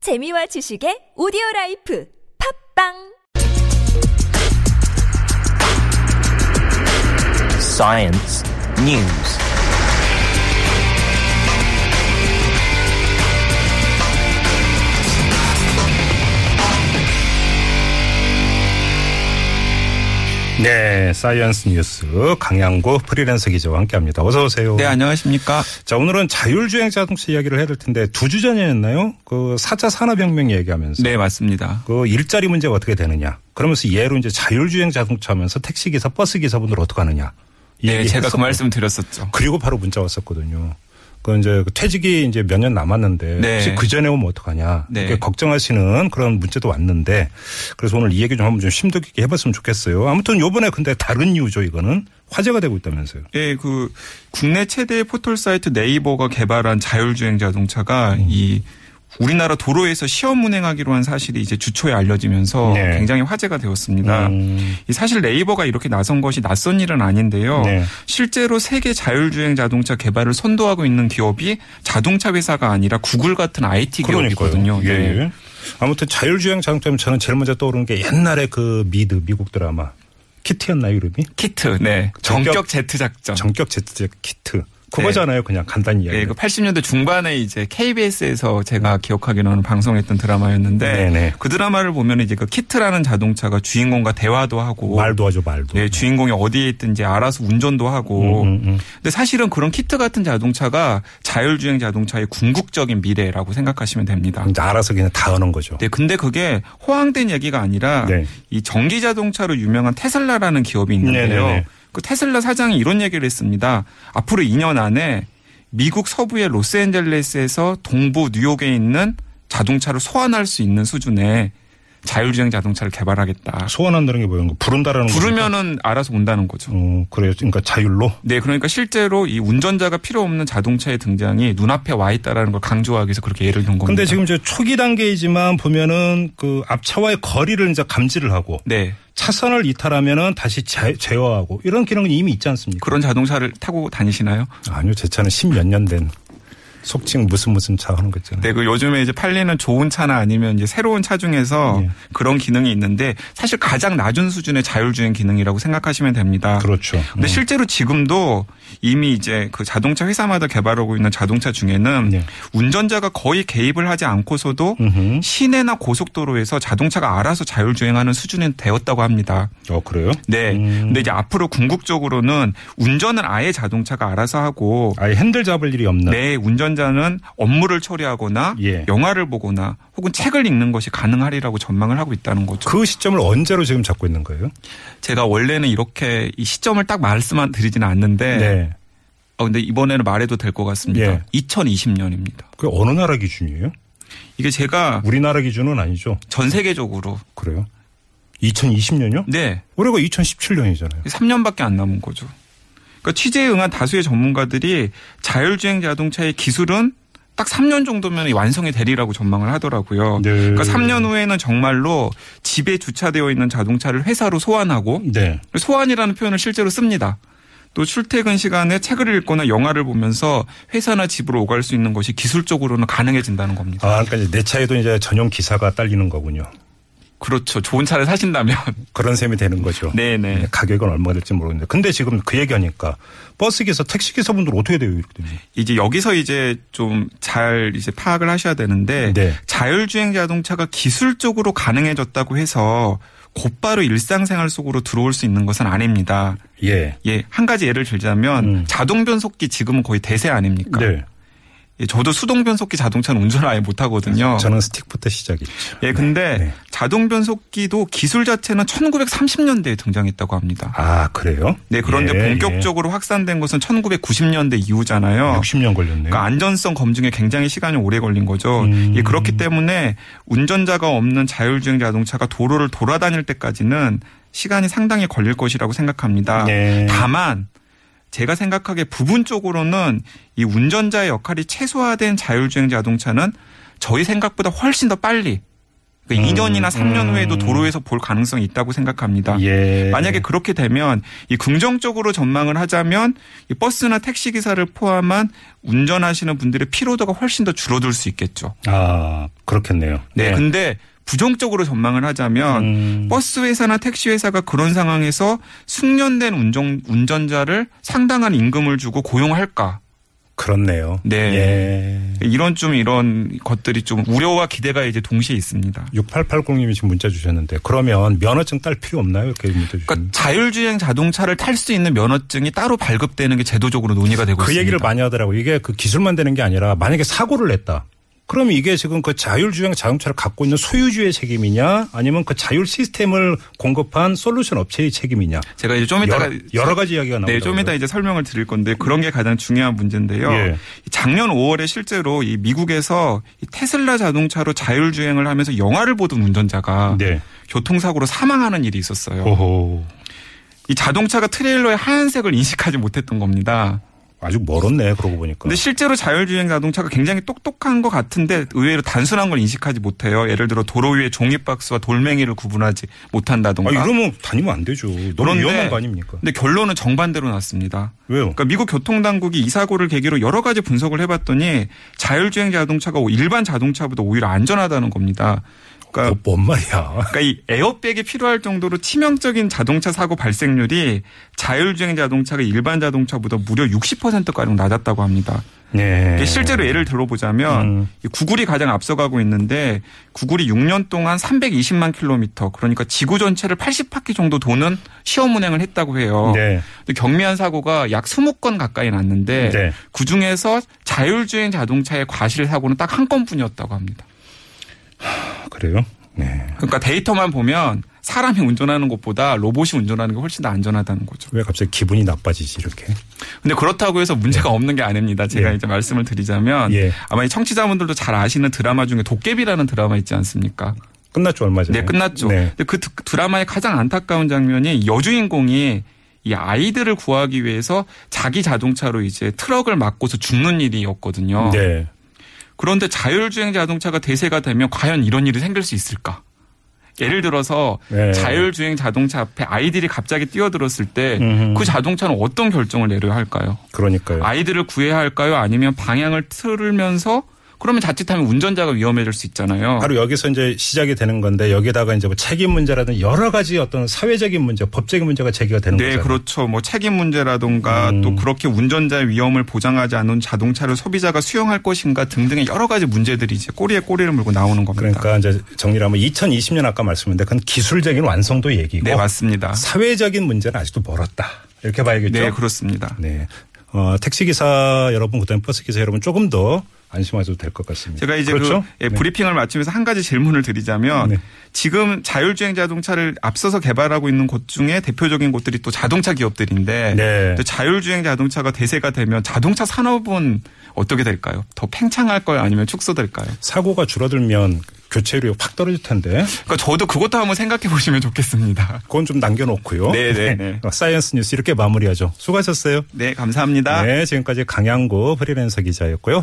재미와 지식의 오디오 라이프 팝빵 Science News. 네, 사이언스 뉴스 강양구 프리랜서 기자와 함께합니다. 어서 오세요. 네, 안녕하십니까. 자, 오늘은 자율주행 자동차 이야기를 해야 될 텐데 두 주 전이었나요? 그 4차 산업혁명 얘기하면서 네, 맞습니다. 그 일자리 문제가 어떻게 되느냐. 그러면서 예로 이제 자율주행 자동차 하면서 택시기사, 버스기사분들 어떻게 하느냐. 이 네, 얘기 제가 그 했었거든요. 말씀 드렸었죠. 그리고 바로 문자 왔었거든요. 그 이제 그 퇴직이 이제 몇 년 남았는데 네. 혹시 그 전에 오면 어떡하냐 네. 이렇게 걱정하시는 그런 문자도 왔는데 그래서 오늘 이 얘기 좀 한번 좀 심도 깊게 해봤으면 좋겠어요. 아무튼 요번에 근데 다른 이유죠 이거는 화제가 되고 있다면서요. 예, 그 국내 최대의 포털 사이트 네이버가 개발한 자율주행 자동차가 이 우리나라 도로에서 시험 운행하기로 한 사실이 이제 주초에 알려지면서 네. 굉장히 화제가 되었습니다. 음. 이 사실 네이버가 이렇게 나선 것이 낯선 일은 아닌데요. 네. 실제로 세계 자율주행 자동차 개발을 선도하고 있는 기업이 자동차 회사가 아니라 구글 같은 IT 기업이거든요. 예, 네. 예. 아무튼 자율주행 자동차면 저는 제일 먼저 떠오르는 게 옛날에 그 미드 미국 드라마 키티였나 요 이름이 키트, 네. 정격 정격 제트 작전. 전격 제트 키트 그거잖아요 그냥 간단히 어. 네, 이야기. 그 80년대 중반에 이제 KBS에서 제가 기억하기로는 방송했던 드라마였는데 음. 네네. 그 드라마를 보면 이제 그 키트라는 자동차가 주인공과 대화도 하고 말도 하죠 말도. 네, 주인공이 어디에 있든지 알아서 운전도 하고. 음, 근데 사실은 그런 키트 같은 자동차가 자율주행 자동차의 궁극적인 미래라고 생각하시면 됩니다. 이제 알아서 그냥 다 하는 거죠. 네, 근데 그게 호황된 얘기가 아니라 네. 이 전기 자동차로 유명한 테슬라라는 기업이 있는데요. 네네네. 그 테슬라 사장이 이런 얘기를 했습니다. 앞으로 2년 안에 미국 서부의 로스앤젤레스에서 동부 뉴욕에 있는 자동차를 소환할 수 있는 수준의 자율주행 자동차를 개발하겠다. 아, 소원한다는 게 뭐예요? 부른다라는 거. 부르면은 알아서 온다는 거죠. 어, 그래요. 그러니까 자율로. 네, 그러니까 실제로 이 운전자가 필요 없는 자동차의 등장이 눈앞에 와 있다라는 걸 강조하기 위해서 그렇게 예를 든 겁니다. 근데 지금 이제 초기 단계이지만 보면은 그 앞차와의 거리를 이제 감지를 하고 네 차선을 이탈하면은 다시 제, 제어하고 이런 기능은 이미 있지 않습니까? 그런 자동차를 타고 다니시나요? 아니요. 제 차는 십몇 년 된 속칭 무슨 무슨 차 하는 거 있잖아요. 네, 그 요즘에 이제 팔리는 좋은 차나 아니면 이제 새로운 차 중에서 예. 그런 기능이 있는데 사실 가장 낮은 수준의 자율주행 기능이라고 생각하시면 됩니다. 그렇죠. 네. 근데 실제로 지금도 이미 이제 그 자동차 회사마다 개발하고 있는 자동차 중에는 예. 운전자가 거의 개입을 하지 않고서도 음흠. 시내나 고속도로에서 자동차가 알아서 자율주행하는 수준이 되었다고 합니다. 어, 그래요? 네. 근데 이제 앞으로 궁극적으로는 운전은 아예 자동차가 알아서 하고 아예 핸들 잡을 일이 없나? 내 운전자는 업무를 처리하거나 네. 예. 영화를 보거나 혹은 책을 읽는 것이 가능하리라고 전망을 하고 있다는 거죠. 그 시점을 언제로 지금 잡고 있는 거예요? 제가 원래는 이렇게 이 시점을 딱 말씀만 드리지는 않는데 어 근데 이번에는 말해도 될 것 같습니다. 네. 예. 2020년입니다. 그게 어느 나라 기준이에요? 이게 제가 우리나라 기준은 아니죠. 전 세계적으로 그래요? 2020년요? 네. 올해가 2017년이잖아요. 3년밖에 안 남은 거죠. 그러니까 취재에 응한 다수의 전문가들이 자율주행 자동차의 기술은 딱 3년 정도면 완성이 되리라고 전망을 하더라고요. 네. 그러니까 3년 후에는 정말로 집에 주차되어 있는 자동차를 회사로 소환하고 네. 소환이라는 표현을 실제로 씁니다. 또 출퇴근 시간에 책을 읽거나 영화를 보면서 회사나 집으로 오갈 수 있는 것이 기술적으로는 가능해진다는 겁니다. 아, 그러니까 이제 내 차에도 이제 전용 기사가 딸리는 거군요. 그렇죠. 좋은 차를 사신다면. 그런 셈이 되는 거죠. 네네. 네, 가격은 얼마가 될지 모르겠는데. 근데 지금 그 얘기하니까 버스 기사, 택시 기사분들 어떻게 돼요? 이렇게 되면. 이제 여기서 이제 좀 잘 이제 파악을 하셔야 되는데 네. 자율주행 자동차가 기술적으로 가능해졌다고 해서 곧바로 일상생활 속으로 들어올 수 있는 것은 아닙니다. 예. 예, 한 가지 예를 들자면 음. 자동 변속기 지금은 거의 대세 아닙니까? 네. 예, 저도 수동 변속기 자동차는 운전을 아예 못 하거든요. 네. 저는 스틱부터 시작했죠. 예, 근데 네. 자동 변속기도 기술 자체는 1930년대에 등장했다고 합니다. 아, 그래요? 네, 그런데 예, 본격적으로 확산된 것은 1990년대 예. 이후잖아요. 60년 걸렸네요. 그러니까 안전성 검증에 굉장히 시간이 오래 걸린 거죠. 음. 예, 그렇기 때문에 운전자가 없는 자율주행 자동차가 도로를 돌아다닐 때까지는 시간이 상당히 걸릴 것이라고 생각합니다. 네. 다만 제가 생각하기에 부분적으로는 이 운전자의 역할이 최소화된 자율주행 자동차는 저희 생각보다 훨씬 더 빨리 음. 그러니까 2년이나 3년 후에도 도로에서 볼 가능성이 있다고 생각합니다. 예. 만약에 그렇게 되면 이 긍정적으로 전망을 하자면 이 버스나 택시 기사를 포함한 운전하시는 분들의 피로도가 훨씬 더 줄어들 수 있겠죠. 아 그렇겠네요. 예. 네, 근데 부정적으로 전망을 하자면 음. 버스 회사나 택시 회사가 그런 상황에서 숙련된 운전 운전자를 상당한 임금을 주고 고용할까? 그렇네요. 네. 예. 이런 좀 이런 것들이 좀 우려와 기대가 이제 동시에 있습니다. 6880님이 지금 문자 주셨는데 그러면 면허증 딸 필요 없나요? 이렇게 문자 그러니까 주셨는데. 자율주행 자동차를 탈 수 있는 면허증이 따로 발급되는 게 제도적으로 논의가 되고 그 있습니다. 얘기를 많이 하더라고요. 이게 그 기술만 되는 게 아니라 만약에 사고를 냈다. 그럼 이게 지금 그 자율주행 자동차를 갖고 있는 소유주의 책임이냐 아니면 그 자율 시스템을 공급한 솔루션 업체의 책임이냐 제가 이제 좀 이따가 여러, 여러 가지 이야기가 나오고 네, 좀 이따 이제 설명을 드릴 건데 그런 게 가장 중요한 문제인데요. 예. 작년 5월에 실제로 이 미국에서 이 테슬라 자동차로 자율주행을 하면서 영화를 보던 운전자가 네. 교통사고로 사망하는 일이 있었어요. 오호. 이 자동차가 트레일러의 하얀색을 인식하지 못했던 겁니다. 아주 멀었네 그러고 보니까. 근데 실제로 자율주행 자동차가 굉장히 똑똑한 것 같은데 의외로 단순한 걸 인식하지 못해요. 예를 들어 도로 위에 종이박스와 돌멩이를 구분하지 아, 못한다던가. 이러면 다니면 안 되죠. 너무 그런데- 뭐 위험한 거 아닙니까? 근데 결론은 정반대로 났습니다. 왜요? 그러니까 미국 교통당국이 이 사고를 계기로 여러 가지 분석을 해봤더니 자율주행 자동차가 일반 자동차보다 오히려 안전하다는 겁니다. 그러니까, 뭐, 뭔 말이야. 그러니까 이 에어백이 필요할 정도로 치명적인 자동차 사고 발생률이 자율주행 자동차가 일반 자동차보다 무려 60%가량 낮았다고 합니다. 네. 이게 실제로 예를 들어보자면 음. 이 구글이 가장 앞서가고 있는데 구글이 6년 동안 320만 킬로미터 그러니까 지구 전체를 80바퀴 정도 도는 시험 운행을 했다고 해요. 네. 근데 경미한 사고가 약 20건 가까이 났는데 네. 그 중에서 자율주행 자동차의 과실 사고는 딱 한 건뿐이었다고 합니다. 아, 그래요? 네. 그러니까 데이터만 보면 사람이 운전하는 것보다 로봇이 운전하는 게 훨씬 더 안전하다는 거죠. 왜 갑자기 기분이 나빠지지 이렇게? 근데 그렇다고 해서 문제가 없는 게 아닙니다. 제가 예. 이제 말씀을 드리자면 네. 예. 아마 이 청취자분들도 잘 아시는 드라마 중에 도깨비라는 드라마 있지 않습니까? 끝났죠 얼마 전에. 네, 끝났죠. 네. 근데 그 드- 드라마의 가장 안타까운 장면이 여주인공이 이 아이들을 구하기 위해서 자기 자동차로 이제 트럭을 맞고서 죽는 일이었거든요. 네. 그런데 자율주행 자동차가 대세가 되면 과연 이런 일이 생길 수 있을까? 예를 들어서 네. 자율주행 자동차 앞에 아이들이 갑자기 뛰어들었을 때 음흠. 그 자동차는 어떤 결정을 내려야 할까요? 그러니까요. 아이들을 구해야 할까요? 아니면 방향을 틀으면서 그러면 자칫하면 운전자가 위험해질 수 있잖아요. 바로 여기서 이제 시작이 되는 건데 여기다가 이제 뭐 책임 문제라든 여러 가지 어떤 사회적인 문제, 법적인 문제가 제기가 되는 네, 거죠. 그렇죠. 뭐 책임 문제라든가 음. 또 그렇게 운전자의 위험을 보장하지 않은 자동차를 소비자가 수용할 것인가 등등의 여러 가지 문제들이 이제 꼬리에 꼬리를 물고 나오는 겁니다. 그러니까 이제 정리를 하면 2020년 아까 말씀인데 그건 기술적인 완성도 얘기고 네, 맞습니다. 그렇죠? 사회적인 문제는 아직도 멀었다. 이렇게 봐야겠죠. 네, 그렇습니다. 네. 어, 택시기사 여러분, 그다음에 버스기사 여러분 조금 더 안심하셔도 될 것 같습니다. 제가 이제 그 그렇죠? 예, 네. 브리핑을 마치면서 한 가지 질문을 드리자면 네. 지금 자율주행 자동차를 앞서서 개발하고 있는 곳 중에 대표적인 곳들이 또 자동차 기업들인데 네. 또 자율주행 자동차가 대세가 되면 자동차 산업은 어떻게 될까요? 더 팽창할 거예요? 아니면 축소될까요? 사고가 줄어들면 교체율이 확 떨어질 텐데 그러니까 저도 그것도 한번 생각해 보시면 좋겠습니다. 그건 좀 남겨놓고요. 어, 네, 네. 사이언스 뉴스 이렇게 마무리하죠. 수고하셨어요. 네, 감사합니다. 네, 지금까지 강양구 프리랜서 기자였고요.